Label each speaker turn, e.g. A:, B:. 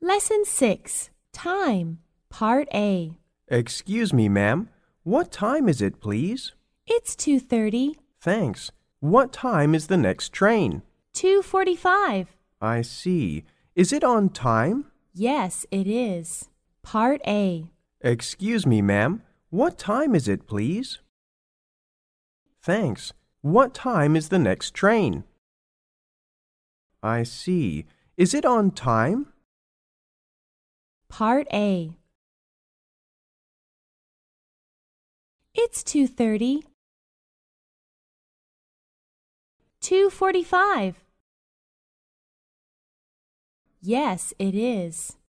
A: Lesson 6 Time, Part A.
B: Excuse me, ma'am. What time is it, please?
A: It's 2:30,
B: Thanks. What time is the next train?
A: 2:45.
B: I see. Is it on time?
A: Yes, it is. Part A.
B: Excuse me, ma'am. What time is it, please? Thanks. What time is the next train? I see. Is it on time?
A: Part A. It's 2:30. 2:45. Yes, it is.